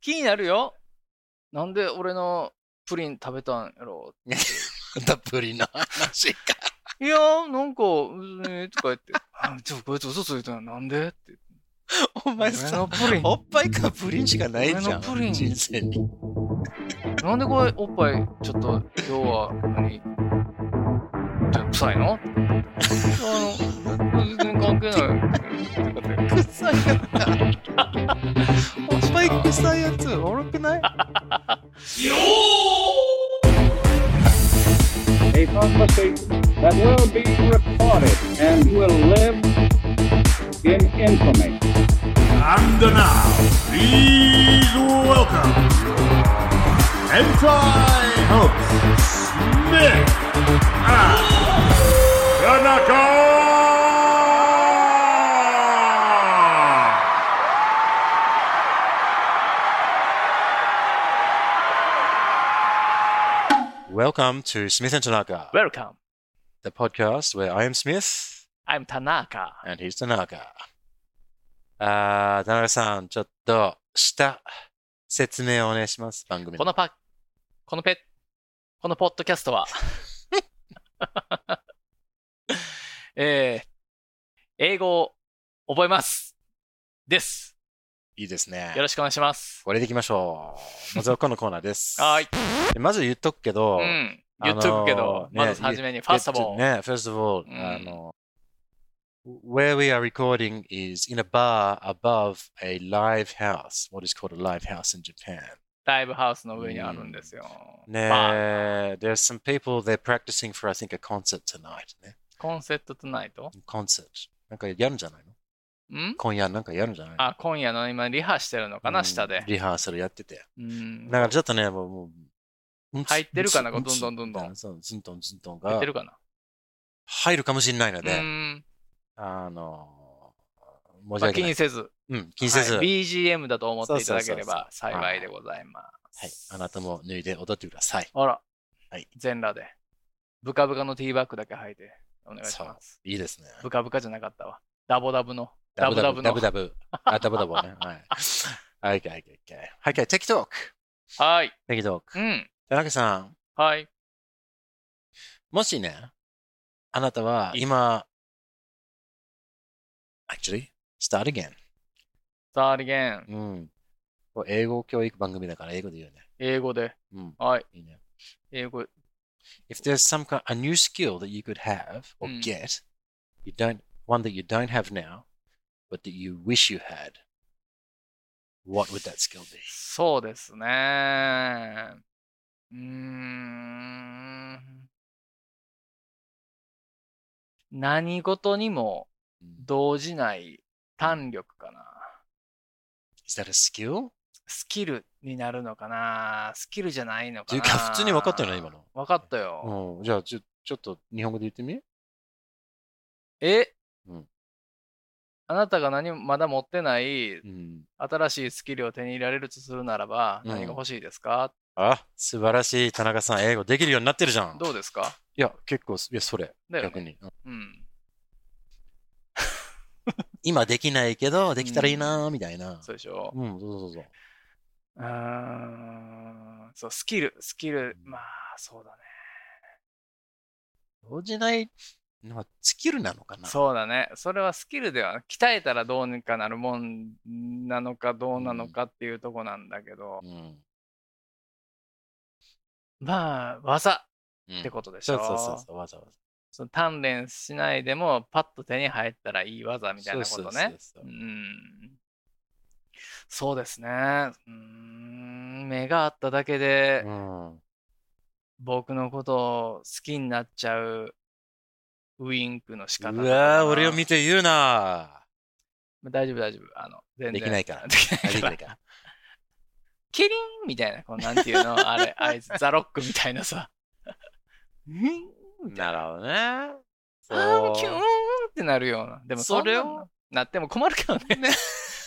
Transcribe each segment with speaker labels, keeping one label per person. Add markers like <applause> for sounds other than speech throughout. Speaker 1: 気になるよ。なんで俺のプリン食べたんやろ。
Speaker 2: たっぷりの話か。
Speaker 1: いやー、なんか、うえとか言って、 <laughs> あちょ、こいつ嘘ついたのなんでって。
Speaker 2: お前
Speaker 1: 俺
Speaker 2: さ、
Speaker 1: のプリン、
Speaker 2: おっぱいかプリンしかないじゃん。
Speaker 1: 俺のプリン
Speaker 2: 人生に。
Speaker 1: なんでこれおっぱい、ちょっと、今日は何、じゃあ臭いのあの、全然関係ない。とかって
Speaker 2: 臭いやつ。おっぱい臭いやつ、おろくない
Speaker 3: a conversation that will be recorded and will live in infamy.
Speaker 4: And now, please welcome Hentai host Smith and Tanaka.
Speaker 2: ？Welcome to Smith and Tanaka,
Speaker 1: Welcome,
Speaker 2: the podcast where I am Smith
Speaker 1: I'm Tanaka.
Speaker 2: and he's Tanaka. あー、田中さん、ちょっと、した説明をお願いします、番組
Speaker 1: こ
Speaker 2: の。
Speaker 1: のパ、このペ、このポッドキャストは、 <laughs> えー、英語を覚えます。です。
Speaker 2: いいですね
Speaker 1: よ。ろしくお願いします。
Speaker 2: これでいきましょう。まずはこのコーナーです。
Speaker 1: はーい。
Speaker 2: でまず言っとくけど、
Speaker 1: うん。言っとくけど、
Speaker 2: あのーね
Speaker 1: まずはじめに、ファーストボール。
Speaker 2: ね、first of all,、
Speaker 1: うん
Speaker 2: あの、where we are recording is in a bar above a live house, what is called a live house in Japan.
Speaker 1: ライブハウスの上にあるんですよ。
Speaker 2: ね、
Speaker 1: まあ、
Speaker 2: there's some people they're practicing for, I think, a concert tonight ね。
Speaker 1: コンセプトトゥナイト
Speaker 2: concert。なんかやるんじゃないの
Speaker 1: ん
Speaker 2: 今夜なんかやるんじゃないの
Speaker 1: あ、今夜の今、リハしてるのか
Speaker 2: う
Speaker 1: な、
Speaker 2: ん
Speaker 1: 下で。
Speaker 2: リハーサルやってて。
Speaker 1: うん。
Speaker 2: だからちょっとね、もう、もううんつ
Speaker 1: 入ってるかな
Speaker 2: うつ
Speaker 1: どんどんどんどん
Speaker 2: うつそうずんどんずんどん
Speaker 1: 入っ
Speaker 2: が
Speaker 1: てるかな
Speaker 2: 入るかもしれないの
Speaker 1: う
Speaker 2: で、
Speaker 1: ん。
Speaker 2: あのー、申し
Speaker 1: まあ、
Speaker 2: 訳
Speaker 1: 気
Speaker 2: ない。
Speaker 1: にせず。
Speaker 2: うん、気にせず、
Speaker 1: はい BGM だと思っていただけれ
Speaker 2: そうそう
Speaker 1: ば幸いでございま
Speaker 2: はい、
Speaker 1: す。
Speaker 2: あなたも脱いで踊ってください。
Speaker 1: あら、
Speaker 2: はい
Speaker 1: 全裸で。ブカブカのティーバッグだけ履いてお願いします。
Speaker 2: いいですね。
Speaker 1: ブカブカじゃなかったわ。ダボダブの。ダブダブの。
Speaker 2: ダブダブ。あ、ダブダブ
Speaker 1: <laughs>
Speaker 2: ね。はい。OK, OK, OK. はい、OK, Tech Talk.
Speaker 1: はい。
Speaker 2: Tech Talk.
Speaker 1: うん。
Speaker 2: 田中さん、
Speaker 1: はい。
Speaker 2: もしね、あなたは今、actually, start again.
Speaker 1: さあ、リゲン。
Speaker 2: うん。これ英語教育番組だから英語で言うね。
Speaker 1: 英語で。
Speaker 2: うん。
Speaker 1: はい。
Speaker 2: いいね。
Speaker 1: 英語。
Speaker 2: If there's some kind, a new skill that you could have or
Speaker 1: うん
Speaker 2: get, you don't, one that you don't have now, but that you wish you had, what would that skill be?
Speaker 1: そうですね。うーん。何事にも動じない胆力かな。
Speaker 2: Is that a skill?
Speaker 1: スキルになるのかなスキルじゃないのか
Speaker 2: てい
Speaker 1: な
Speaker 2: うか普通に分かったよね今の
Speaker 1: 分かったよ。
Speaker 2: うん、じゃあちょ、ちょっと日本語で言ってみ
Speaker 1: え、
Speaker 2: うん
Speaker 1: あなたが何もまだ持ってない
Speaker 2: うん。
Speaker 1: 新しいスキルを手に入れられるとするならば
Speaker 2: うん
Speaker 1: 何が欲しいですか、
Speaker 2: あ、素晴らしい。田中さん、英語できるようになってるじゃん。
Speaker 1: どうですか
Speaker 2: いや、結構、いや、それ、
Speaker 1: だよ
Speaker 2: 逆
Speaker 1: ね。
Speaker 2: に。うん
Speaker 1: うん。
Speaker 2: 今できないけど、できたらいいな、みたいな。
Speaker 1: そうでしょう。
Speaker 2: うん、そうそうそう。
Speaker 1: うーん。そう、スキル、スキル。まあ、そうだね。
Speaker 2: 動じないのはスキルなのかな
Speaker 1: そうだね。それはスキルでは鍛えたらどうにかなるもんなのかどうなのかっていうとこなんだけど。
Speaker 2: うん。うん。
Speaker 1: まあ、技ってことでし
Speaker 2: そ
Speaker 1: ょ。
Speaker 2: うそうそうそう、わざわざ。
Speaker 1: その鍛錬しないでもパッと手に入ったらいい技みたいなことね。
Speaker 2: そうそうそううそう。
Speaker 1: ん。そうですね。うーん。目があっただけで
Speaker 2: うん。
Speaker 1: 僕のことを好きになっちゃうウインクの仕方とか
Speaker 2: う
Speaker 1: な。
Speaker 2: わー俺を見て言うな
Speaker 1: まあ大丈夫大丈夫。あの、全然。
Speaker 2: できないから
Speaker 1: できない
Speaker 2: あでき
Speaker 1: か
Speaker 2: な
Speaker 1: ら
Speaker 2: いか。
Speaker 1: キリンみたいな、こうなんていうのあれ、あいつ、ザロックみたいな
Speaker 2: <laughs>
Speaker 1: さ。うん
Speaker 2: なるほどね。そ
Speaker 1: あーキューンっ
Speaker 2: う。
Speaker 1: てなるような。でも
Speaker 2: それを
Speaker 1: んなんなっても困るけどね。 <laughs>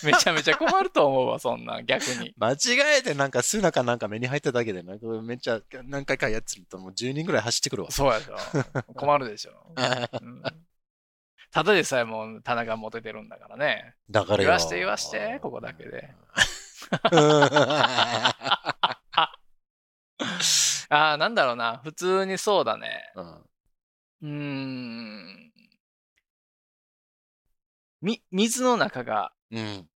Speaker 1: めちゃめちゃ困ると思うわ、そんなん逆に。
Speaker 2: 間違えてなんかスナかなんか目に入っただけでなんかめっちゃ何回かやつるともう10人ぐらい走ってくるわ。
Speaker 1: そうやでしょ。困るでしょ。 <laughs> うんただでさえもう田中モテてるんだからね。
Speaker 2: だからよ
Speaker 1: 言わして言わしてここだけで。
Speaker 2: うん
Speaker 1: ああ、なんだろうな。普通にそうだね。
Speaker 2: うん
Speaker 1: うーん。み、水の中が、
Speaker 2: うん。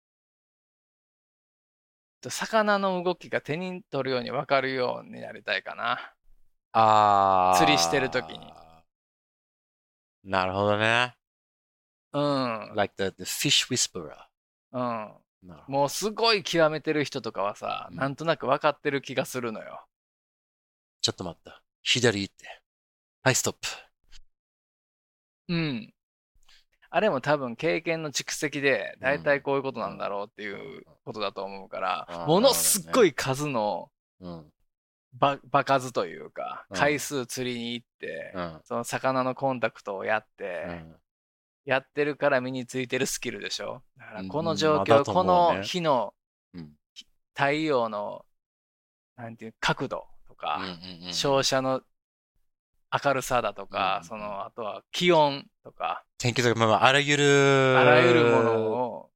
Speaker 1: 魚の動きが手に取るように分かるようになりたいかな。
Speaker 2: ああ。
Speaker 1: 釣りしてる時に。
Speaker 2: なるほどね。
Speaker 1: うん。
Speaker 2: Like the, the fish whisperer.
Speaker 1: うん。
Speaker 2: なるほど
Speaker 1: もうすごい極めてる人とかはさ、
Speaker 2: うん
Speaker 1: なんとなく分かってる気がするのよ。
Speaker 2: ちょっと待った。左行って。はい、ストップ。
Speaker 1: うん。あれも多分経験の蓄積で、だいたいこういうことなんだろうっていうことだと思うから、
Speaker 2: うん
Speaker 1: ものすっごい数の
Speaker 2: うん。
Speaker 1: ば、場数というか、
Speaker 2: うん
Speaker 1: 回数釣りに行って、
Speaker 2: うん。
Speaker 1: その魚のコンタクトをやって、
Speaker 2: うん
Speaker 1: やってるから身についてるスキルでしょ。だから
Speaker 2: うん
Speaker 1: この状
Speaker 2: まあだ
Speaker 1: 況、
Speaker 2: と
Speaker 1: こ
Speaker 2: 思うね
Speaker 1: の日の
Speaker 2: うん
Speaker 1: ひ太陽の、なんていう、角度とか、
Speaker 2: うんうん
Speaker 1: 照射の明るさだとか、
Speaker 2: うん
Speaker 1: そのあとは気温とか、
Speaker 2: 天気とか、まあまあ、あらゆる、
Speaker 1: あらゆるものを、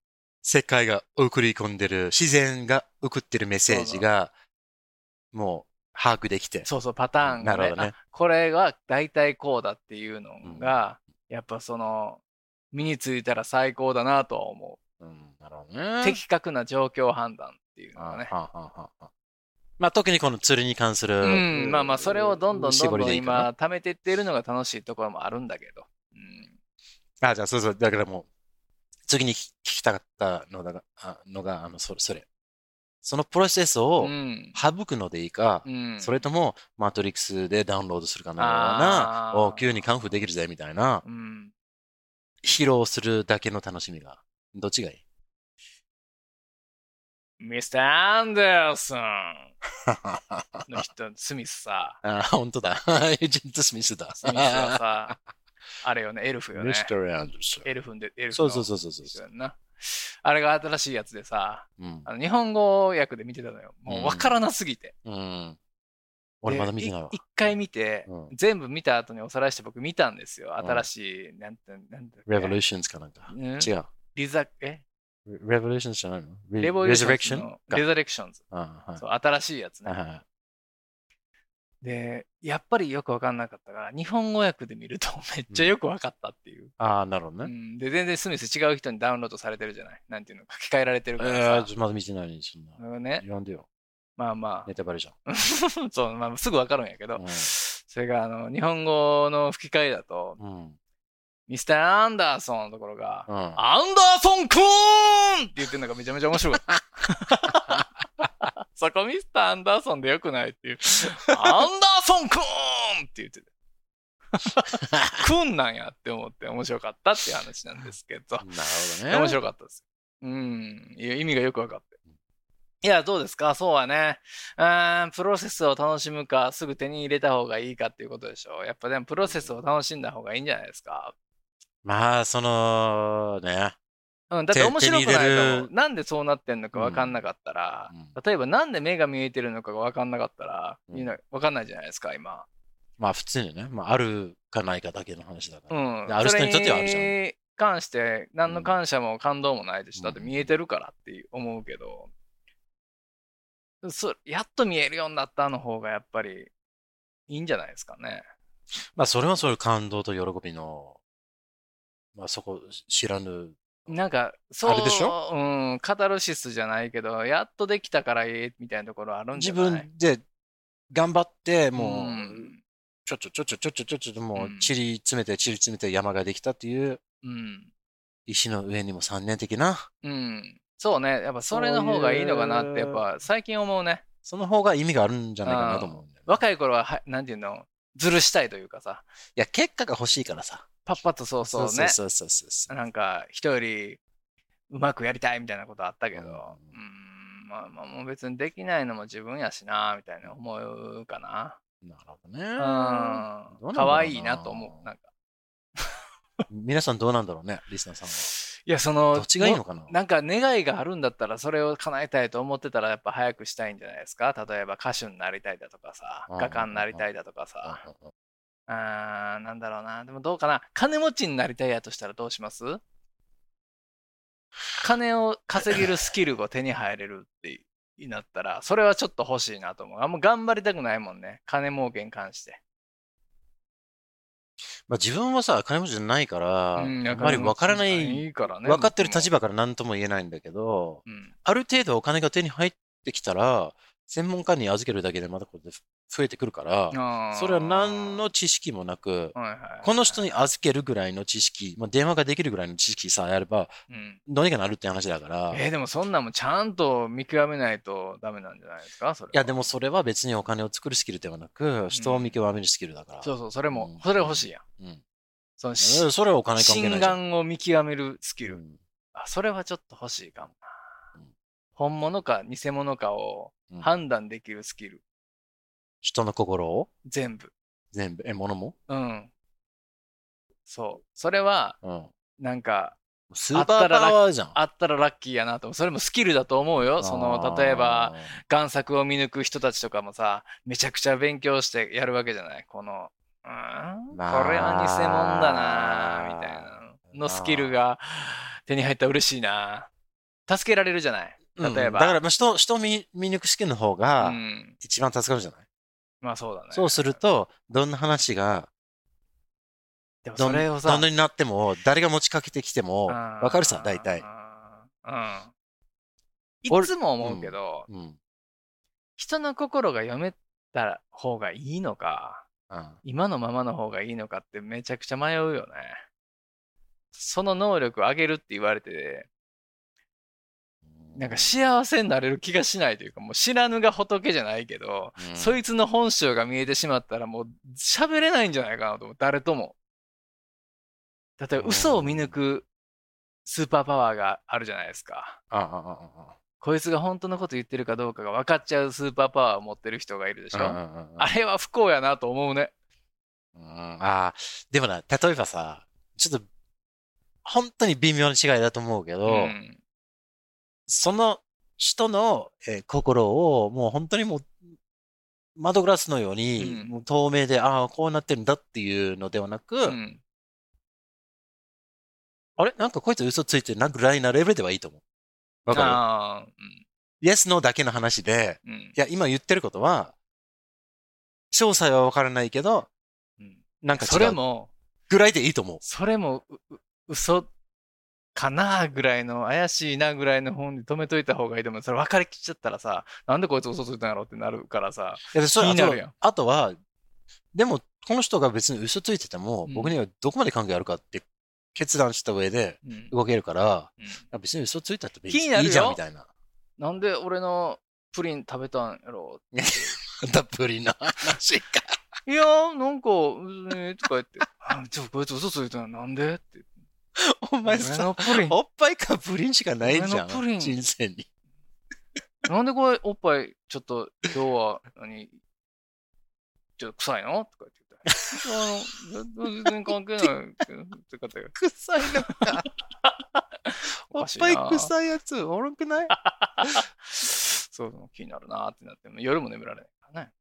Speaker 2: 世界が送り込んでる、自然が送ってるメッセージが、もう、把握できて。
Speaker 1: そうそうパターンが、ね
Speaker 2: なるほどね
Speaker 1: あこれは大体こうだっていうのが、やっぱその身についたら最高だなとは思
Speaker 2: うん、なるほど
Speaker 1: う、
Speaker 2: ね。
Speaker 1: 的確な状況判断っていうの
Speaker 2: あ
Speaker 1: がね
Speaker 2: はあはあはあまあ、特にこの釣りに関する。
Speaker 1: うんまあまあそれをどんどんど
Speaker 2: 絞
Speaker 1: んど
Speaker 2: りで
Speaker 1: ん
Speaker 2: いいかな
Speaker 1: 今貯めていっているのが楽しいところもあるんだけど、うん、
Speaker 2: あ、じゃあ、そうそう。だからもう、次に聞きたかったのだが、あのが、あの、それ、それ。そのプロセスを
Speaker 1: うん
Speaker 2: 省くのでいいか、
Speaker 1: うん
Speaker 2: それとも、マトリックスでダウンロードするかのよう
Speaker 1: あ
Speaker 2: な、
Speaker 1: ー
Speaker 2: お急にカンフーできるぜ、みたいな、
Speaker 1: うん
Speaker 2: 披露するだけの楽しみが、どっちがい
Speaker 1: <laughs>
Speaker 2: い
Speaker 1: ミスター・アンダーソンの人、スミスさ、
Speaker 2: あ、本当だ。 <laughs> エージェント・スミスだ。
Speaker 1: スミスは
Speaker 2: <laughs>
Speaker 1: さ、あれよね、エルフよね
Speaker 2: ミ。スター・アンダーソン
Speaker 1: エルフンで、エルフ
Speaker 2: そ
Speaker 1: の
Speaker 2: うそうそうそうそう
Speaker 1: 人
Speaker 2: そ
Speaker 1: や
Speaker 2: う。
Speaker 1: んな。あれが新しいやつでさ、
Speaker 2: うん。
Speaker 1: あの日本語訳で見てたのよ。もうわからなすぎて。
Speaker 2: うん。俺まだ見てないわ
Speaker 1: で。一回見て、
Speaker 2: うん
Speaker 1: 全部見た後におさらいして僕見たんですよ。新しい、なんて、なんて。
Speaker 2: Revolutions かなんか。
Speaker 1: うん
Speaker 2: 違う。
Speaker 1: リザ、え
Speaker 2: Re- Revolutions じゃないの
Speaker 1: レ
Speaker 2: Re-
Speaker 1: ボリューションズ
Speaker 2: Resurrection?
Speaker 1: の。
Speaker 2: か
Speaker 1: レザレクションズ。
Speaker 2: あはい
Speaker 1: そう、新しいやつね
Speaker 2: はい。はい
Speaker 1: で、やっぱりよくわかんなかったから、日本語訳で見るとめっちゃよくわかったっていう。
Speaker 2: ああ、なるほど
Speaker 1: う
Speaker 2: ね。
Speaker 1: んで、全然スミス違う人にダウンロードされてるじゃない。なんていうの、書き換えられてる
Speaker 2: え
Speaker 1: か
Speaker 2: ー、
Speaker 1: ら
Speaker 2: ちょ
Speaker 1: さ
Speaker 2: っ。とまだ見てないのに、そんな。
Speaker 1: だからね、
Speaker 2: 言わんでよ。
Speaker 1: まあまあ
Speaker 2: ネ、タバレじゃん。
Speaker 1: <laughs> そう、まあ、すぐわかるんやけど、
Speaker 2: うん
Speaker 1: それがあの日本語の吹き替えだと、
Speaker 2: うん。
Speaker 1: ミスター・アンダーソンのところが、
Speaker 2: うん。
Speaker 1: アンダーソンくーんって言ってるのがめちゃめちゃ面
Speaker 2: <laughs>
Speaker 1: 白い。そこミスター・アンダーソンでよくないっていう。アンダーソンくーんって言
Speaker 2: <laughs>
Speaker 1: ってて。くんなんやって思って面白かったっていう話なんですけど。
Speaker 2: なるほどね。
Speaker 1: 面白かったです。うん。いや、意味がよく分かって。いや、どうですかそうはね。うーん、プロセスを楽しむか、すぐ手に入れた方がいいかっていうことでしょう。やっぱでも、プロセスを楽しんだ方がいいんじゃないですか。
Speaker 2: まあ、その、ね。
Speaker 1: うん、だって
Speaker 2: 手
Speaker 1: 面白くない
Speaker 2: 手に入
Speaker 1: と
Speaker 2: れ
Speaker 1: 思う
Speaker 2: る。
Speaker 1: なんでそうなってんのか分かんなかったら、
Speaker 2: うん
Speaker 1: 例えばなんで目が見えてるのかが分かんなかったら、
Speaker 2: うん
Speaker 1: みんな分かんないじゃないですか、今。
Speaker 2: まあ、普通にね。まあ、あるかないかだけの話だか
Speaker 1: う
Speaker 2: ら。
Speaker 1: ん
Speaker 2: で。ある人にとってはあるじゃん
Speaker 1: それに関して、何の感謝も感動もないでしょ。
Speaker 2: うん
Speaker 1: だって見えてるからって思うけど、そやっと見えるようになったの方がやっぱりいいんじゃないですかね。
Speaker 2: まあ、それはそういう感動と喜びの、まあ、そこ、知らぬ。
Speaker 1: なんか、そう、
Speaker 2: あれでしょ
Speaker 1: うん、カタルシスじゃないけど、やっとできたからええみたいなところあるんじ
Speaker 2: 自
Speaker 1: ゃない
Speaker 2: 分で頑張って、もう、
Speaker 1: ん
Speaker 2: ちょちょちょちょちょちょちょちょとも
Speaker 1: うん
Speaker 2: う、チリ詰めて、チリ詰めて山ができたっていう、
Speaker 1: うん。
Speaker 2: 石の上にも3年的な、
Speaker 1: うん。そうね。やっぱそれの方がいいのかなって、やっぱ最近思うね。
Speaker 2: その方が意味があるんじゃないかなと思うんだよね
Speaker 1: 若い頃はは、なんていうの、ずるしたいというかさ、
Speaker 2: いや、結果が欲しいからさ。
Speaker 1: パッパッとそうそうね。
Speaker 2: そうそうそうそう。
Speaker 1: なんか人よりうまくやりたいみたいなことあったけど、うー
Speaker 2: うん
Speaker 1: ん、まあまあもう別にできないのも自分やしなみたいな思うかな。
Speaker 2: なるほど
Speaker 1: う。
Speaker 2: ね。どうんなんだろうな
Speaker 1: かわいいなと思う。なんか
Speaker 2: 皆さんどうなんだろうね、リスナーさんは。
Speaker 1: いや、その、
Speaker 2: どっちがいいのかな
Speaker 1: なんか願いがあるんだったらそれを叶えたいと思ってたらやっぱ早くしたいんじゃないですか例えば歌手になりたいだとかさ
Speaker 2: うん
Speaker 1: 画家になりたいだとかさ
Speaker 2: うんうんうん
Speaker 1: あーなんだろうなでもどうかな金持ちになりたいやとしたらどうします金を稼げるスキルを手に入れるってになったら、それはちょっと欲しいなと思う。あんま頑張りたくないもんね。金儲けに関して。
Speaker 2: まあ、自分はさ、金持ちじゃないから、
Speaker 1: うん
Speaker 2: あんまり分からない、
Speaker 1: いからね。
Speaker 2: 分かってる立
Speaker 1: 場。
Speaker 2: 場から何とも言えないんだけど、
Speaker 1: うん。
Speaker 2: ある程度お金が手に入ってきたら、専門家に預けるだけでまたこれで増えてくるから、
Speaker 1: あー
Speaker 2: それは何、の知識もなく、
Speaker 1: はいはい、
Speaker 2: この人に預けるぐらいの知識、まあ、電話ができるぐらいの知識さえあれば、
Speaker 1: うん、
Speaker 2: どうにかなるって話だから、
Speaker 1: えーでもそんなんもちゃんと見極めないとダメなんじゃないですかそれはい
Speaker 2: や、でもそれは別にお金を作るスキルではなく、人を見極めるスキルだから。
Speaker 1: そうそう、それも、
Speaker 2: うん
Speaker 1: それ欲しいやん。
Speaker 2: うん
Speaker 1: そのし
Speaker 2: えそれはお金関係な
Speaker 1: 心
Speaker 2: いじゃん。
Speaker 1: 眼を見極めるスキル、
Speaker 2: うん
Speaker 1: あ。それはちょっと欲しいかもな
Speaker 2: うん
Speaker 1: 本物か偽物かを
Speaker 2: うん
Speaker 1: 判断できるスキル、
Speaker 2: 人の心を
Speaker 1: 全部。
Speaker 2: 全部、え、物も
Speaker 1: うん。そう。それは、
Speaker 2: うん。
Speaker 1: なんか、
Speaker 2: スーパーパワーじゃん。
Speaker 1: あったらラッキーやなと思う。それもスキルだと思うよ。その、例えば、
Speaker 2: あー、
Speaker 1: 贋作を見抜く人たちとかもさ、めちゃくちゃ勉強してやるわけじゃないこの、うーん、
Speaker 2: まあ
Speaker 1: これは偽物だなみたいなのスキルが手に入ったら嬉しいな助けられるじゃない
Speaker 2: うん
Speaker 1: 例えば
Speaker 2: だから、まあ、人、人を見見抜く試験の方
Speaker 1: う
Speaker 2: が、
Speaker 1: ん。
Speaker 2: 一番助かるじゃない、
Speaker 1: まあそうだね。
Speaker 2: そうすると、どんな話が、
Speaker 1: でも
Speaker 2: ど
Speaker 1: そ
Speaker 2: ん
Speaker 1: れをさ、
Speaker 2: どんなになっても、誰が持ちかけてきても、
Speaker 1: うん
Speaker 2: わかるさ、大体。。
Speaker 1: うん。いつも思うけど、
Speaker 2: うん。
Speaker 1: 人の心が読めた方がいいのか、
Speaker 2: うん
Speaker 1: 今のままの方がいいのかってめちゃくちゃ迷うよね。その能力を上げるって言われて、なんか幸せになれる気がしないというか、もう知らぬが仏じゃないけど、
Speaker 2: うん
Speaker 1: そいつの本性が見えてしまったらもう喋れないんじゃないかなと思う、誰とも。例えば嘘を見抜くスーパーパワーがあるじゃないですか。
Speaker 2: あああああ
Speaker 1: こいつが本当のこと言ってるかどうかが分かっちゃうスーパーパワーを持ってる人がいるでしょ。
Speaker 2: あうんうんうん
Speaker 1: あれは不幸やなと思うね。
Speaker 2: うんああ、でもな、例えばさ、ちょっと、本当に微妙な違いだと思うけど、
Speaker 1: うん
Speaker 2: その人の、えー心をもう本当にもう、窓ガラスのように、
Speaker 1: うん
Speaker 2: もう透明で、ああ、こうなってるんだっていうのではなく、
Speaker 1: うん
Speaker 2: あれなんかこいつ嘘ついてるなぐらいなレベルではいいと思う。わか
Speaker 1: ああ、
Speaker 2: る ?Yes, No だけの話で、
Speaker 1: うんうん
Speaker 2: いや、今言ってることは、詳細はわからないけど、
Speaker 1: うん
Speaker 2: なんか
Speaker 1: そ
Speaker 2: 違
Speaker 1: れ
Speaker 2: う
Speaker 1: も、
Speaker 2: ぐらいでいいと思う。
Speaker 1: それも、うう嘘かなぐらいの、怪しいなぐらいの本で止めといた方がいいと思う。それ分かりきっちゃったらさ、なんでこいつ嘘ついたんやろってなるからさ。
Speaker 2: いやそれ
Speaker 1: 気になるやん
Speaker 2: あとはあとは、でも、この人が別に嘘ついてても、
Speaker 1: うん
Speaker 2: 僕にはどこまで関係あるかって決断した上で
Speaker 1: うん
Speaker 2: 動けるから、
Speaker 1: うん
Speaker 2: あ別に嘘ついたって別
Speaker 1: 気
Speaker 2: に
Speaker 1: になる
Speaker 2: い
Speaker 1: よ
Speaker 2: いじゃんみたいな。 <laughs>
Speaker 1: なんで俺のプリン食べたんやろ
Speaker 2: たっぷりな
Speaker 1: <laughs>
Speaker 2: 話か。
Speaker 1: いやー、なんか、うえーとか言って、 <laughs> あ、ちょ、こいつ嘘ついたんやなんでって。
Speaker 2: お前
Speaker 1: 俺
Speaker 2: さ、
Speaker 1: のプリン、
Speaker 2: おっぱいかプリンしかないじゃ
Speaker 1: 俺のプリ
Speaker 2: ん、
Speaker 1: ン
Speaker 2: 人生に。
Speaker 1: なんでこれおっぱい、ちょっと今日は何、ちょっと臭いのとか <laughs> 言ってた。あの、全然関係ないけど。って方が
Speaker 2: 臭いの <laughs> か。おっぱい
Speaker 1: おかしいな
Speaker 2: 臭いやつ、おもろくない
Speaker 1: そういうの気になるなーってなって、もう夜も眠られないからね。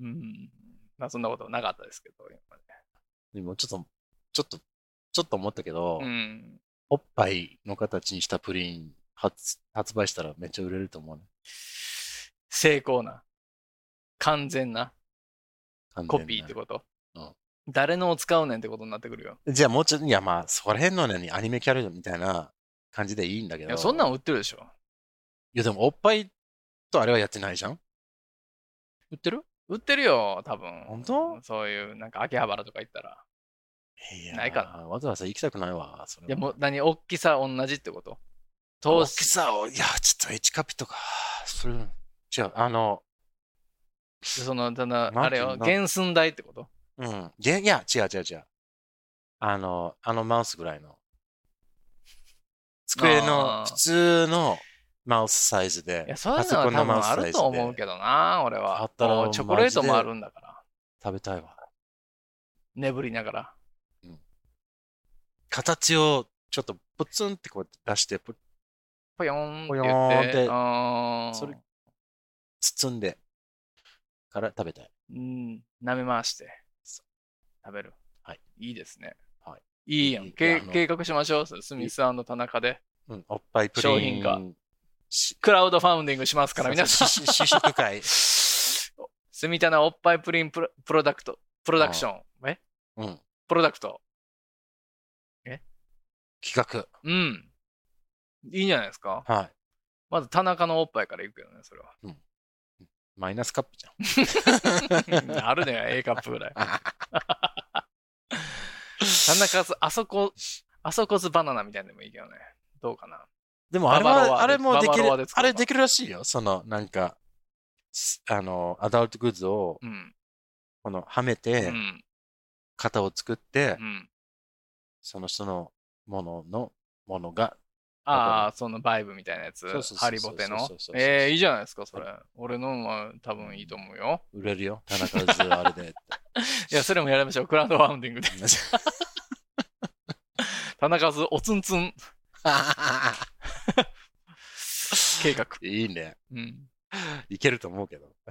Speaker 1: うん。まあそんなことはなかったですけど、今ま
Speaker 2: でもちょっと、ちょっと、ちょっと思ったけど、
Speaker 1: で。うん。
Speaker 2: おっぱいの形にしたプリン発発売したらめっちゃ売れると思うね。
Speaker 1: 成功な。完全な
Speaker 2: 完全な
Speaker 1: コピーってこと。
Speaker 2: うん
Speaker 1: 誰のを使うねんってことになってくるよ。
Speaker 2: じゃあもうちょっと、いやまあ、それ辺のね、にアニメキャラみたいな感じでいいんだけ
Speaker 1: い
Speaker 2: ど。
Speaker 1: や、そんなん
Speaker 2: い
Speaker 1: 売ってるでしょ。
Speaker 2: やでも、おっぱいとあれはやってないじゃん売ってる
Speaker 1: 売ってるよ、多分。
Speaker 2: 本当
Speaker 1: そういう、なんか秋葉原とか行ったら。
Speaker 2: や
Speaker 1: ないか
Speaker 2: な。わざわざ行きたくないわ。それはい
Speaker 1: や、もう、何、大きさ同じってこと
Speaker 2: 大
Speaker 1: 投
Speaker 2: き
Speaker 1: 資、
Speaker 2: さを、いや、ちょっと H カピとか、それ、違う、あの、
Speaker 1: その、ただ、
Speaker 2: なん
Speaker 1: あれ
Speaker 2: ていうの
Speaker 1: よ、原寸大ってこと
Speaker 2: うん。げいや、違う違う違う。あの、あのマウスぐらいの。机の
Speaker 1: あー
Speaker 2: 普通のマウスサイズ
Speaker 1: い
Speaker 2: で
Speaker 1: や、、そういうのは多分あると思う
Speaker 2: で
Speaker 1: けどな、俺
Speaker 2: あ
Speaker 1: は
Speaker 2: っ。たら
Speaker 1: もうチョコレートもあるんだから。
Speaker 2: 食べたいわ。
Speaker 1: 眠りながら。
Speaker 2: 形をちょっとプツンってこう出して、ぷ
Speaker 1: ぽよーんって
Speaker 2: ぽよ
Speaker 1: 言
Speaker 2: ーん
Speaker 1: っ。
Speaker 2: ってて
Speaker 1: うーん
Speaker 2: それ包んでから食べたい。
Speaker 1: うん、舐め回して
Speaker 2: そ。
Speaker 1: 食べる。
Speaker 2: はい。
Speaker 1: いいですね。
Speaker 2: はい。
Speaker 1: いいや
Speaker 2: い
Speaker 1: ん。
Speaker 2: い
Speaker 1: け
Speaker 2: あの
Speaker 1: 計画しましょう。スミス田中で。
Speaker 2: うん、おっぱいプリン
Speaker 1: 商品化
Speaker 2: し
Speaker 1: クラウドファウンディングしますから、皆さん。
Speaker 2: そうそうし試食会。
Speaker 1: 住田のおっぱいプリンプロプロダクト、プロダクション。え
Speaker 2: うん、
Speaker 1: プロダクト。
Speaker 2: 企
Speaker 1: うん。いいんじゃないですか。
Speaker 2: 画。はい。
Speaker 1: まず田中のおっぱいからいくけどね、それは。
Speaker 2: マイナスカップじ
Speaker 1: <laughs> あるね、A カップぐらい。
Speaker 2: ゃん。
Speaker 1: 田中ず、あそこ、あそこずバナナみたいなのもいいけどね。どうかな。
Speaker 2: でもあれ
Speaker 1: ババロ
Speaker 2: は、
Speaker 1: ア
Speaker 2: あ
Speaker 1: で
Speaker 2: れもでき
Speaker 1: ババ
Speaker 2: る
Speaker 1: ロアで、
Speaker 2: あ
Speaker 1: 作る
Speaker 2: れできるらしいよ。その、なんか、すあの、アダルトグッズを
Speaker 1: う、ん。
Speaker 2: この、はめ
Speaker 1: う
Speaker 2: て、
Speaker 1: ん。
Speaker 2: 型を作って
Speaker 1: う、ん。
Speaker 2: その人のものの、ものが、
Speaker 1: ああ、そのバイブみたいなやつ
Speaker 2: そうそうそうそう。
Speaker 1: ハリボテ
Speaker 2: そう
Speaker 1: の
Speaker 2: そうそうそう。
Speaker 1: ええ、いいじゃないですか、それ。俺のは多分いいと思うよ。
Speaker 2: 売れるよ。田中ズあれ
Speaker 1: <laughs>
Speaker 2: で。
Speaker 1: いや、それもやりましょう。クラウドファウンディングで。田中ず、おつんつん計画。
Speaker 2: いいね。
Speaker 1: うん。
Speaker 2: いけると思うけど。。
Speaker 1: <laughs>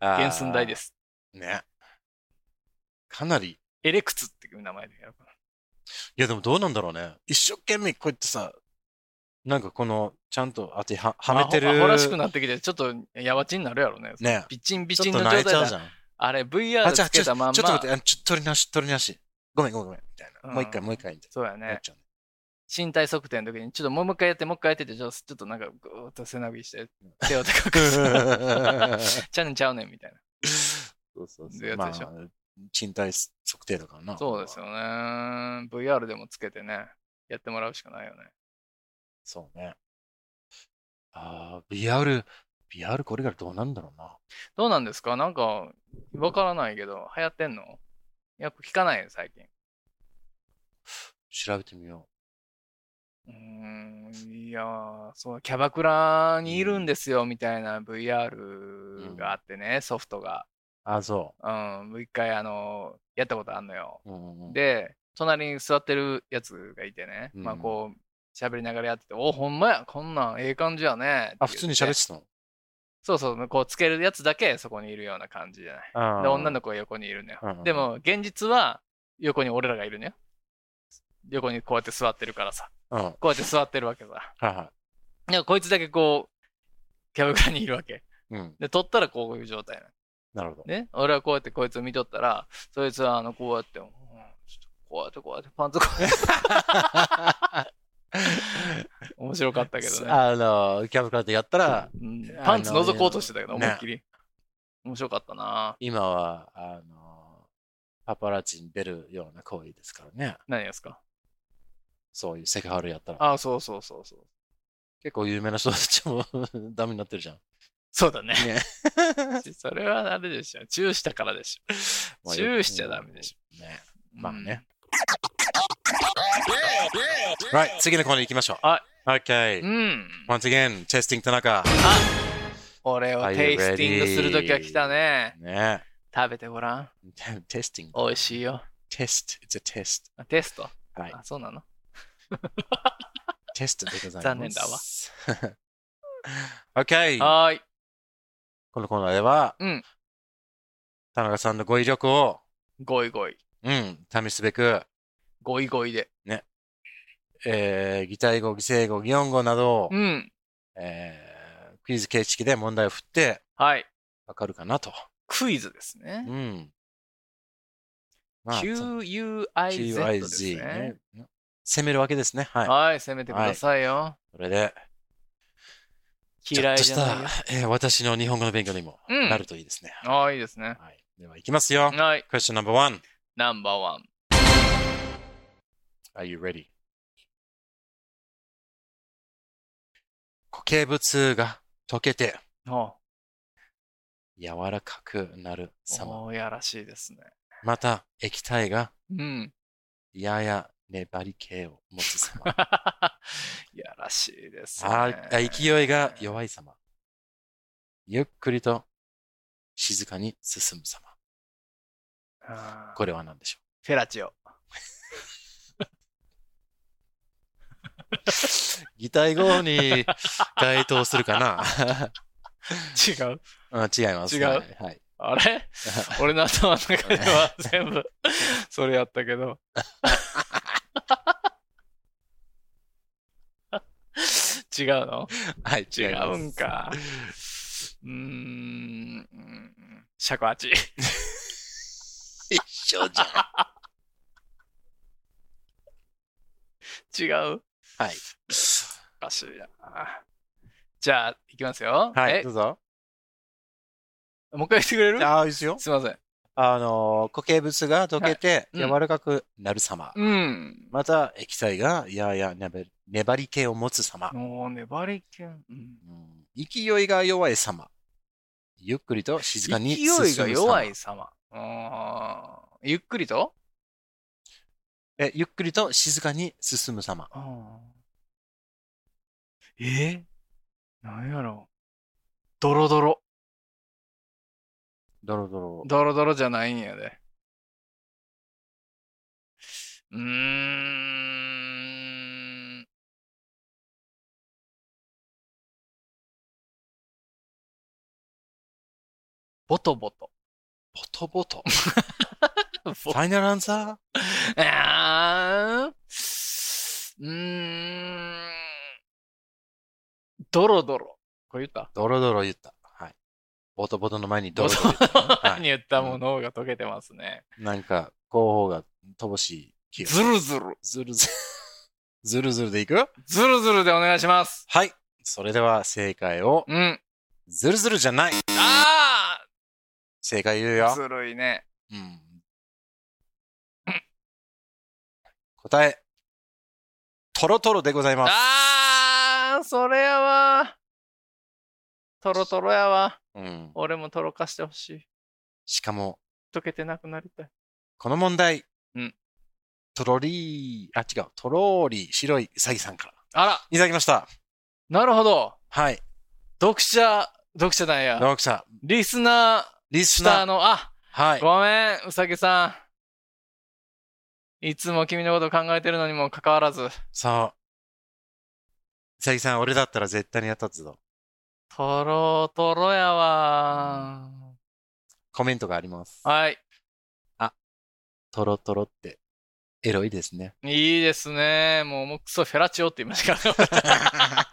Speaker 1: 原寸大ですす。
Speaker 2: ね。かなり。
Speaker 1: エレクツっていう名前でやるか
Speaker 2: いや、でもどうなんだろうね。一生懸命こうやってさ、なんかこの、ちゃんと当ては、は
Speaker 1: な。
Speaker 2: めてる。
Speaker 1: アホアホらしくなってきて、ちょっとやわちになるやろね。
Speaker 2: ね。
Speaker 1: ピチンピ
Speaker 2: ち
Speaker 1: チ
Speaker 2: ょ
Speaker 1: ン
Speaker 2: っ
Speaker 1: の状
Speaker 2: と泣
Speaker 1: 態
Speaker 2: いちゃうじ
Speaker 1: だ。
Speaker 2: ゃん。
Speaker 1: あれ、
Speaker 2: あ、
Speaker 1: VR
Speaker 2: じゃあ、
Speaker 1: つ
Speaker 2: ちょ
Speaker 1: け
Speaker 2: ちょ
Speaker 1: た
Speaker 2: っ
Speaker 1: まんま。
Speaker 2: と待って、あちょっと取り直し、取り直し。ごめん、ごめん、ごめん、みたいな。
Speaker 1: うん
Speaker 2: もう一回、もう一回、みたい
Speaker 1: そうや
Speaker 2: な。なっ
Speaker 1: ね。
Speaker 2: ちゃうね
Speaker 1: 身体測定の時に、ちょっともう一回やって、もう一回やってって、ちょっとちょっとなんか、ぐーっと背伸びして、手を高くして、<laughs>
Speaker 2: <laughs>
Speaker 1: ちゃうねんちゃうねんみたいな。
Speaker 2: そうそう
Speaker 1: っ
Speaker 2: そ
Speaker 1: てや
Speaker 2: う。
Speaker 1: つ
Speaker 2: ま
Speaker 1: でしょ
Speaker 2: あ、賃貸測定だからな。
Speaker 1: そうですよね。VR でもつけてね、やってもらうしかないよね。
Speaker 2: そうね。ああ、VR、VR これからどうなんだろうな。
Speaker 1: どうなんですかなんか、わからないけど、流行ってんのよく聞かないよ、最近。
Speaker 2: 調べてみよ
Speaker 1: うーん、いやーそう、キャバクラにいるんですよ、みたいな VR があってね、ソフトが。
Speaker 2: う。ああ、そ
Speaker 1: うん、一回、あの、やったことあんのよ。
Speaker 2: う。うんうんうん、
Speaker 1: で、隣に座ってるやつがいてね、
Speaker 2: うん
Speaker 1: まあこう、喋りながらやってて、お、ほんまや、こんなんええ感じやね。
Speaker 2: あ、普通に
Speaker 1: 言
Speaker 2: 喋
Speaker 1: って
Speaker 2: ってたの
Speaker 1: そうそう、こう、つけるやつだけそこにいるような感じじゃない。
Speaker 2: あ
Speaker 1: で、女
Speaker 2: の
Speaker 1: の子が横にいるのよ
Speaker 2: うんうん。
Speaker 1: でも、現実は横に俺らがいるのよ。横にこうやって座ってるからさ。
Speaker 2: うん。はい
Speaker 1: こうやって座ってるわけさ。
Speaker 2: は
Speaker 1: でもこいつだけこう、キャバクラにいるわけ。
Speaker 2: い。うん。
Speaker 1: で、撮ったらこういう状態なの。
Speaker 2: なるほど。
Speaker 1: ね、俺はこうやってこいつを見とったら、そいつはあの、こうやって、うんちょっとこうやってこうやってパンツこうやって。
Speaker 2: <laughs>
Speaker 1: 面白かったけどね。
Speaker 2: あの、キャブクラでやったら、
Speaker 1: うん
Speaker 2: あの
Speaker 1: パンツ覗こうとしてたけど、思
Speaker 2: ね
Speaker 1: いっきり。面白かったな
Speaker 2: 今は、あの、パパラッチに出るような行為ですからね。
Speaker 1: 何ですか
Speaker 2: そういうセクハラやったら。
Speaker 1: ああ、そうそうそうそう。
Speaker 2: 結構有名な人たちも <laughs> ダメになってるじゃん。
Speaker 1: そうだね。
Speaker 2: ね
Speaker 1: <laughs> それはあれでしょ。チューしたからでしょ。
Speaker 2: まあ
Speaker 1: チューしちゃダメでし
Speaker 2: ょ。ね。
Speaker 1: うん
Speaker 2: まあね。Right, 次のコーナー行きましょう。。
Speaker 1: はい
Speaker 2: Okay.
Speaker 1: うん。
Speaker 2: Once again, testing 田中。
Speaker 1: 俺を
Speaker 2: Are you
Speaker 1: テイスティングするときは来たね。
Speaker 2: ね。 <laughs>
Speaker 1: 食べてごらん。
Speaker 2: testing.
Speaker 1: 美味しいよ。
Speaker 2: Test. It's a test.
Speaker 1: あテスト
Speaker 2: はい
Speaker 1: あ、。そうなの
Speaker 2: テストでございます。
Speaker 1: 残念だわ。
Speaker 2: <laughs> okay.
Speaker 1: はーい。
Speaker 2: このコーナーでは、
Speaker 1: うん
Speaker 2: 田中さんの語彙力を、
Speaker 1: ゴイゴイ。
Speaker 2: うん、試すべく、
Speaker 1: ゴイゴイで。
Speaker 2: えー、擬態語、擬声語、擬音語などを、
Speaker 1: うん。
Speaker 2: えークイズ形式で問題を振って、
Speaker 1: はい。
Speaker 2: わかるかなと。
Speaker 1: クイズです
Speaker 2: う
Speaker 1: ね。
Speaker 2: ん。まあその
Speaker 1: QUIZ ですね
Speaker 2: QIZ ね。攻めるわけですね。はい。
Speaker 1: はい、攻めてくださいよ。
Speaker 2: それで、
Speaker 1: 嫌いじゃ
Speaker 2: ちょ
Speaker 1: な
Speaker 2: っ
Speaker 1: い
Speaker 2: と
Speaker 1: よ。
Speaker 2: した、えー私の日本語の勉強にも
Speaker 1: うん
Speaker 2: なるといいですね。
Speaker 1: ああ、いいですね。
Speaker 2: はい。では、いきますよ。
Speaker 1: はい。
Speaker 2: Question number one.
Speaker 1: ナンバーワン。
Speaker 2: Are you ready? 固形物が溶けて
Speaker 1: お
Speaker 2: 柔らかくなる様。
Speaker 1: おーやらしいですね。
Speaker 2: また、液体が
Speaker 1: うん。 <laughs>
Speaker 2: やや粘り気を持つ様。
Speaker 1: いやらしいです、ね。
Speaker 2: ああ勢いが弱い様。ゆっくりと静かに進む様。
Speaker 1: あー
Speaker 2: これは何でしょ
Speaker 1: フェラチオ。
Speaker 2: う擬態語に該当するかな <laughs>
Speaker 1: 違う。
Speaker 2: うん違います、
Speaker 1: 違う
Speaker 2: はい。はい
Speaker 1: あれ俺の頭の中では全
Speaker 2: <laughs>
Speaker 1: 部それやったけど。違うの
Speaker 2: はい、
Speaker 1: 違
Speaker 2: います
Speaker 1: うん。か。うーん。尺八。
Speaker 2: 一緒じゃん。
Speaker 1: <laughs> 違う
Speaker 2: はい。
Speaker 1: おかしいな。じゃあ、いきますよ。
Speaker 2: はい、
Speaker 1: え
Speaker 2: どうぞ。
Speaker 1: もう一回言ってくれる
Speaker 2: ああ、いいですよ。
Speaker 1: すいません。
Speaker 2: あの、固形物が溶けて
Speaker 1: うん
Speaker 2: 柔らかくなる様。
Speaker 1: うん。
Speaker 2: また、液体がやや粘粘り気を持つ様。
Speaker 1: もう粘り気。うん
Speaker 2: うん勢いが弱い様。ゆっくりと静かに
Speaker 1: 勢
Speaker 2: 進む様。
Speaker 1: いが弱い様。あーゆっくりと
Speaker 2: え。ゆっくりと静かに進む様。
Speaker 1: えなんやろドロドロ。
Speaker 2: ドロドロ。
Speaker 1: ドロドロじゃないんやで。うーん。ボトボト。
Speaker 2: ボトボト。ファイナルアンサ
Speaker 1: あーうーん。ドロドロ。これ言った
Speaker 2: ードロドロ言った。はい。ボトボトの前にドロドロ言ったね、は
Speaker 1: 前に <laughs>
Speaker 2: い。
Speaker 1: 言ったものが溶けてますね。
Speaker 2: なんか、候補が乏しい気がす
Speaker 1: ズ
Speaker 2: る。
Speaker 1: ルズル。
Speaker 2: ずるずる。ずるずるでいく
Speaker 1: ズルズルでお願いします。
Speaker 2: はい。それでは正解を。
Speaker 1: うん。
Speaker 2: ずるずるじゃない
Speaker 1: あ
Speaker 2: 正解言う
Speaker 1: あ
Speaker 2: よ。
Speaker 1: ずるいね。
Speaker 2: うん。答え。トロトロでございます。
Speaker 1: ああそれやわ。トロトロやわ。
Speaker 2: うん。
Speaker 1: 俺もトロ化してほしい。
Speaker 2: しかも、
Speaker 1: 溶けてなくなりたい。
Speaker 2: この問題。
Speaker 1: うん。
Speaker 2: トロリー、あ、違う。トローリー、白いウサギさんから。
Speaker 1: あら、
Speaker 2: いただきました。
Speaker 1: なるほど。
Speaker 2: はい。
Speaker 1: 読者、読者なんや。
Speaker 2: ロクさん。
Speaker 1: リスナー、
Speaker 2: リス
Speaker 1: スター
Speaker 2: ナー。
Speaker 1: の、あ、
Speaker 2: はい。
Speaker 1: ごめん、うさぎさん。いつも君のこと考えてるのにもかかわらず、
Speaker 2: そう。ウサギさん、俺だったら絶対にやったぞ。
Speaker 1: とろとろやわ
Speaker 2: コメントがあります
Speaker 1: ー。。はい、
Speaker 2: トロトロって、エロいですね。
Speaker 1: いいですね。もう、もうクソフェラチオって言いました
Speaker 2: <laughs>
Speaker 1: から。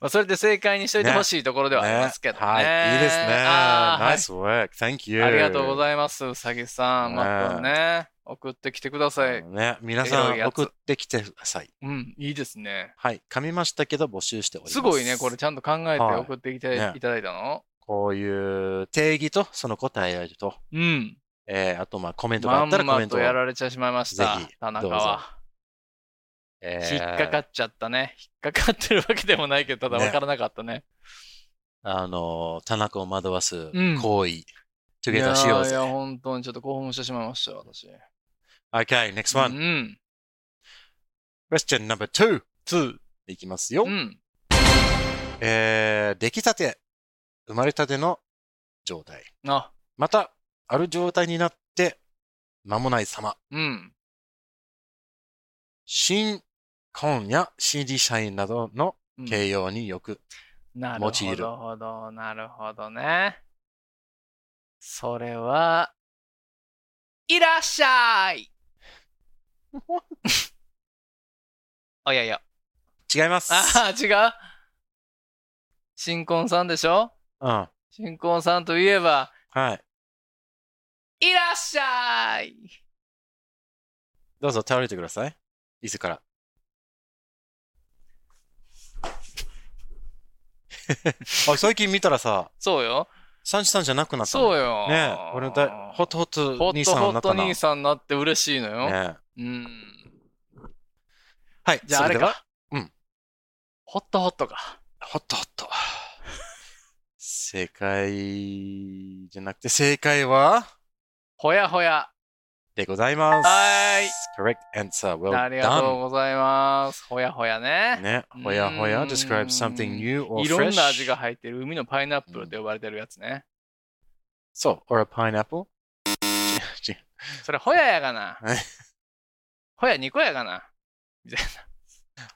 Speaker 1: まあそれで正解にしといてほしいところではありますけどね。
Speaker 2: ねはい。いいですね。
Speaker 1: あー
Speaker 2: ナイスワーク。Thank you.
Speaker 1: はいありがとうご
Speaker 2: い
Speaker 1: ざいます、うさぎさん。
Speaker 2: ね
Speaker 1: またね、送ってきてください。
Speaker 2: ね、皆さ
Speaker 1: エロい
Speaker 2: ん
Speaker 1: やつ
Speaker 2: 送ってきてください。
Speaker 1: うん、いいですね。
Speaker 2: はい。噛みましたけど募集しております。
Speaker 1: すごいね、これ。ちゃんと考えて
Speaker 2: はい
Speaker 1: 送ってきて
Speaker 2: ね
Speaker 1: いただいたの。
Speaker 2: こういう定義とその答えと、
Speaker 1: うん。
Speaker 2: えー、あとまあコメントが
Speaker 1: ま
Speaker 2: あったら
Speaker 1: ん
Speaker 2: コメ
Speaker 1: ま
Speaker 2: ント
Speaker 1: と
Speaker 2: を
Speaker 1: やられてしまいました
Speaker 2: ぜひ。
Speaker 1: 田中
Speaker 2: どうぞ
Speaker 1: は。
Speaker 2: え
Speaker 1: 引
Speaker 2: ー
Speaker 1: っかかっちゃったね。引っかかってるわけでもないけど、ただ
Speaker 2: ね
Speaker 1: 分からなかったね。
Speaker 2: あの、田中を惑わす
Speaker 1: うん
Speaker 2: 行為。トゥ
Speaker 1: い
Speaker 2: ゲ
Speaker 1: や
Speaker 2: タしよう
Speaker 1: い
Speaker 2: ぜ
Speaker 1: や、。本当にちょっと興奮してしまいましたよ、私。
Speaker 2: Okay, next
Speaker 1: う
Speaker 2: one.
Speaker 1: ん。
Speaker 2: Question number two.
Speaker 1: 2。
Speaker 2: いきますよ。
Speaker 1: うん。
Speaker 2: えー、出来たて。生まれたての状態。
Speaker 1: あ、
Speaker 2: また、ある状態になって、間もない様。
Speaker 1: うん。
Speaker 2: 新婚や新理社員などの形容によく、
Speaker 1: なる
Speaker 2: 用い
Speaker 1: ほ
Speaker 2: る
Speaker 1: ど、なるほどね。それは、いらっしゃ
Speaker 2: <laughs>
Speaker 1: いあ、いやいや。
Speaker 2: 違います。
Speaker 1: ああ、違う新婚さんでしょ
Speaker 2: うん。は
Speaker 1: 新婚さんといえば、
Speaker 2: い。
Speaker 1: いらっしゃい
Speaker 2: どうぞ倒れてください。椅子
Speaker 1: <laughs>
Speaker 2: から。あ最近見たらさ、
Speaker 1: そうよ。
Speaker 2: サンジさんじゃなくなった
Speaker 1: そう
Speaker 2: ね。
Speaker 1: よ。
Speaker 2: ねえ、俺だ、ホット
Speaker 1: ホ
Speaker 2: ホット
Speaker 1: ッ
Speaker 2: 兄
Speaker 1: ト
Speaker 2: さん
Speaker 1: ホ
Speaker 2: にな
Speaker 1: ッ
Speaker 2: った
Speaker 1: ト
Speaker 2: な。
Speaker 1: 兄さんになって嬉しいのよ。
Speaker 2: ねえ
Speaker 1: うん。
Speaker 2: はい、
Speaker 1: じゃああ
Speaker 2: そ
Speaker 1: れ
Speaker 2: れでは
Speaker 1: か。
Speaker 2: うん。
Speaker 1: ホットホットか。
Speaker 2: ホットホット。正解じゃなくて、正解は
Speaker 1: ほやほや。
Speaker 2: でございます。
Speaker 1: はーい。
Speaker 2: Correct answer. Well
Speaker 1: ありがとう
Speaker 2: done.
Speaker 1: ございます。ほやほやね。
Speaker 2: ね、ほやほ
Speaker 1: う
Speaker 2: や
Speaker 1: ーん
Speaker 2: describe something new or
Speaker 1: いろんな味
Speaker 2: fresh.
Speaker 1: が入ってる海のパイナップルと呼ばれてるやつね。
Speaker 2: そう、or a pineapple. <laughs> 違う
Speaker 1: それほややかな
Speaker 2: <laughs> はい。
Speaker 1: ほや2個やかな。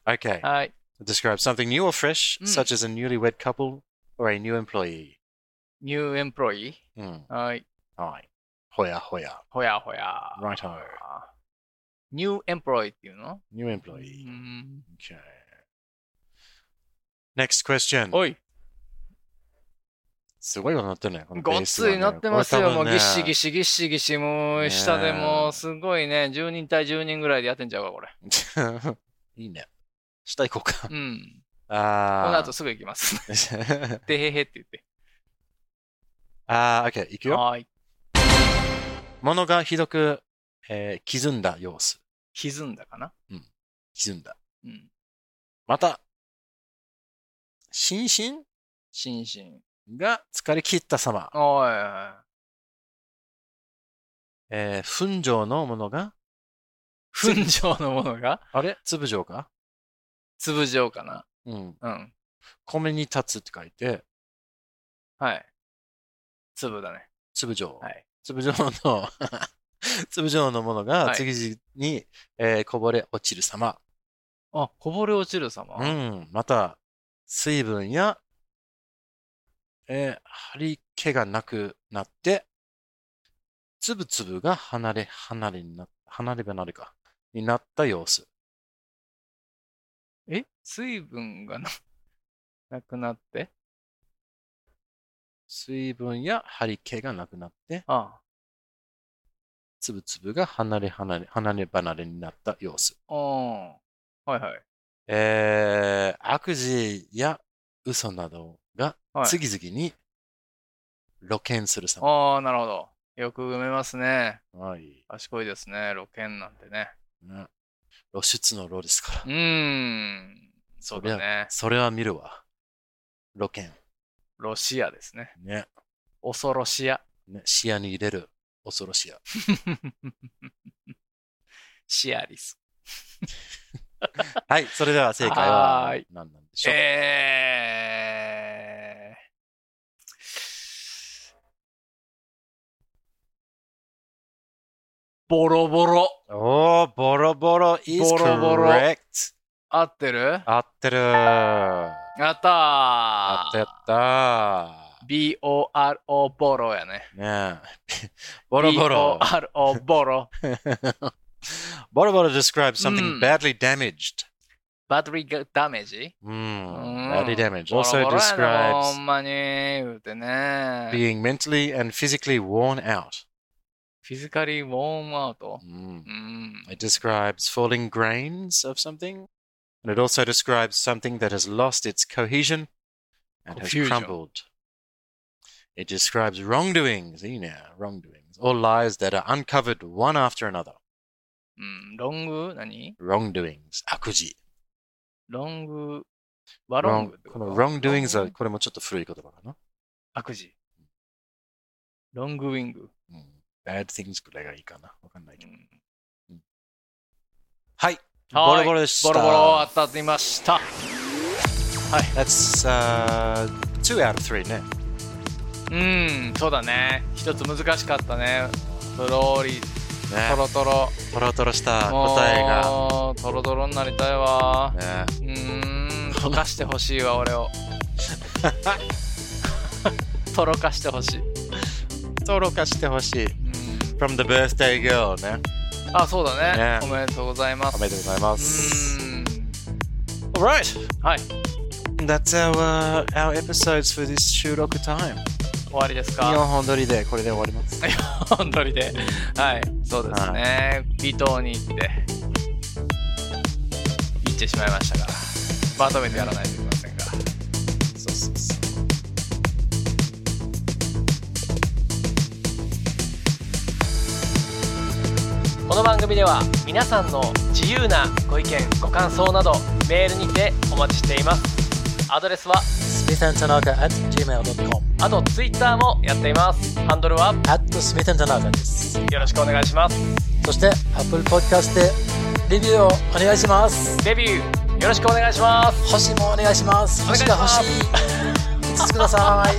Speaker 2: okay.
Speaker 1: はい。mm.
Speaker 2: Describe something new or fresh,
Speaker 1: うん
Speaker 2: such as a newlywed couple or a new employee.
Speaker 1: new employee?
Speaker 2: Mm.
Speaker 1: はい。
Speaker 2: Aye. Hoya hoya.
Speaker 1: ほやほや。
Speaker 2: Righto.
Speaker 1: new employee っていうの
Speaker 2: New
Speaker 1: う
Speaker 2: employee.
Speaker 1: ん
Speaker 2: Okay. Next question.
Speaker 1: おい、
Speaker 2: すごいことになってるね。このベ
Speaker 1: ごっ
Speaker 2: ース
Speaker 1: つ
Speaker 2: がね
Speaker 1: いなってます
Speaker 2: こ
Speaker 1: よ。
Speaker 2: れ
Speaker 1: も
Speaker 2: 多
Speaker 1: う
Speaker 2: 分
Speaker 1: ぎ
Speaker 2: ね
Speaker 1: っしぎしぎっしぎし、もう下でもうすごいね、10人対10人ぐらいでやってんちゃうか、これ。
Speaker 2: <laughs> いいね。下行こうか。
Speaker 1: うん。 <laughs> この
Speaker 2: あ
Speaker 1: 後すぐ行きます。 <laughs>
Speaker 2: ー。 <laughs>
Speaker 1: でへへって言って。
Speaker 2: あー、OK。行くよ。
Speaker 1: はーい。
Speaker 2: 物がひどく、えー、歪んだ様子。
Speaker 1: 歪んだかな。
Speaker 2: 歪んだ。
Speaker 1: うん。
Speaker 2: また、心身
Speaker 1: 心身。
Speaker 2: が疲れ切った様。
Speaker 1: おいお
Speaker 2: <laughs>
Speaker 1: い。
Speaker 2: えー、粉状のものが、
Speaker 1: 粉状のものが
Speaker 2: あれ粒状か
Speaker 1: 粒状かな。
Speaker 2: うん。
Speaker 1: うん。
Speaker 2: 米に立つって書いて、
Speaker 1: はい。粒だね。
Speaker 2: 粒状。
Speaker 1: はい
Speaker 2: 粒状の、 <laughs> 粒状のものが
Speaker 1: はい
Speaker 2: 次々に、えーこぼれ落ちる様。
Speaker 1: あ、こぼれ落ちる様。
Speaker 2: うん。また、水分や、えー張り気がなくなって、粒々が離れ離れにな、離れ離れか、になった様子。
Speaker 1: え水分がな <laughs> なくなって
Speaker 2: 水分や張り気がなくなって、
Speaker 1: あ
Speaker 2: 粒々が離れ離れ、離れ離れになった様子。
Speaker 1: あ。うん。はいはい。
Speaker 2: えー、悪事や嘘などが
Speaker 1: はい、
Speaker 2: 次々に露見する様。
Speaker 1: ああ、なるほど。よく埋めますね。
Speaker 2: はい。
Speaker 1: 賢いですね。露見なんてね。
Speaker 2: ね露出の露ですから
Speaker 1: う。ーん。そうだね。
Speaker 2: それは見るわ。露見。
Speaker 1: ロシアですね。
Speaker 2: ね。
Speaker 1: 恐ろしや。 <laughs>
Speaker 2: ね視野に入れる。恐ろしや。
Speaker 1: シアリス。
Speaker 2: はい。それでは正解
Speaker 1: は
Speaker 2: は
Speaker 1: ーい
Speaker 2: 何なんでしょう。
Speaker 1: えー。ボロボロ。
Speaker 2: おー、ボロボロ is
Speaker 1: ボロボロ
Speaker 2: correct.
Speaker 1: 合ってる
Speaker 2: 合ってる。
Speaker 1: やったー
Speaker 2: 合ってた
Speaker 1: BORO ボロやね。
Speaker 2: <laughs> ねえボロボロ。
Speaker 1: BORO ボロ。
Speaker 2: <laughs> Boro Boro describes something
Speaker 1: Mm.
Speaker 2: badly damaged.
Speaker 1: バッテリーがダメージ
Speaker 2: Mm,
Speaker 1: Mm.
Speaker 2: Badly damaged.
Speaker 1: ボロ
Speaker 2: Also
Speaker 1: ボロやな、ほ
Speaker 2: describes
Speaker 1: んまに。言うてね。
Speaker 2: being mentally and physically worn out.
Speaker 1: フィジカリーウォームアウト。
Speaker 2: Mm.
Speaker 1: うん。
Speaker 2: It describes falling grains of something. And it also describes something that has lost its cohesion and
Speaker 1: Confusion.
Speaker 2: has crumbled. It describes wrongdoings, you know, wrongdoings, or lies that are uncovered one after another.
Speaker 1: うん、ロング何
Speaker 2: Wrongdoings. 悪事。
Speaker 1: ロング。ワロングってこと
Speaker 2: wrong- このwrongdoings
Speaker 1: ロング
Speaker 2: はこれもちょっと古い言葉かな。
Speaker 1: 悪事。ロングウィング。
Speaker 2: うん bad things ぐらいがいいかな。わかんないけ
Speaker 1: う
Speaker 2: ど。
Speaker 1: ん
Speaker 2: はい。
Speaker 1: は
Speaker 2: ボ
Speaker 1: い
Speaker 2: ロボロでした。
Speaker 1: ボロボロ当たりました。
Speaker 2: That's、uh, two out of three ね。
Speaker 1: うん、そうだね。一つ難しかったね。とろり、
Speaker 2: ね
Speaker 1: とろとろ。
Speaker 2: トロトロした
Speaker 1: もう
Speaker 2: 答えが。
Speaker 1: とろとろになりたいわ。
Speaker 2: ね、
Speaker 1: うーん、溶かしてほしいわ、俺を。
Speaker 2: <laughs>
Speaker 1: とろかしてほしい。
Speaker 2: トロ化してほしい。
Speaker 1: うん
Speaker 2: From the birthday girl ね。
Speaker 1: あ、そうだね
Speaker 2: ね
Speaker 1: おめでとうございます。
Speaker 2: おめでとうございます。
Speaker 1: う
Speaker 2: Alright!
Speaker 1: ーんはい、
Speaker 2: That's our,、our episodes for this 収録 time.
Speaker 1: 終わりです
Speaker 2: 4
Speaker 1: か。
Speaker 2: 本撮りでこれで終わります。
Speaker 1: 本撮りで。はい、そうですね。離島に行って。行ってしまいましたが。まとめてやらないといけませんが。
Speaker 2: そうそうそう。
Speaker 1: この番組では皆さんの自由なご意見ご感想などメールにてお待ちしていますアドレスは
Speaker 2: Smith and Tanaka at gmail.com
Speaker 1: あとツイッターもやっていますハンドルは
Speaker 2: at Smith and Tanaka です。
Speaker 1: よろしくお願いします
Speaker 2: そして Apple Podcast でレビューをお願いします。
Speaker 1: デビューよろしくお願いします
Speaker 2: 星もお願いします。星が欲しい。5つください。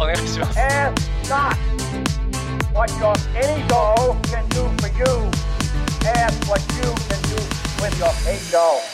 Speaker 1: お願いします
Speaker 5: Ask not what your ego can do for you. Ask what you can do with your ego.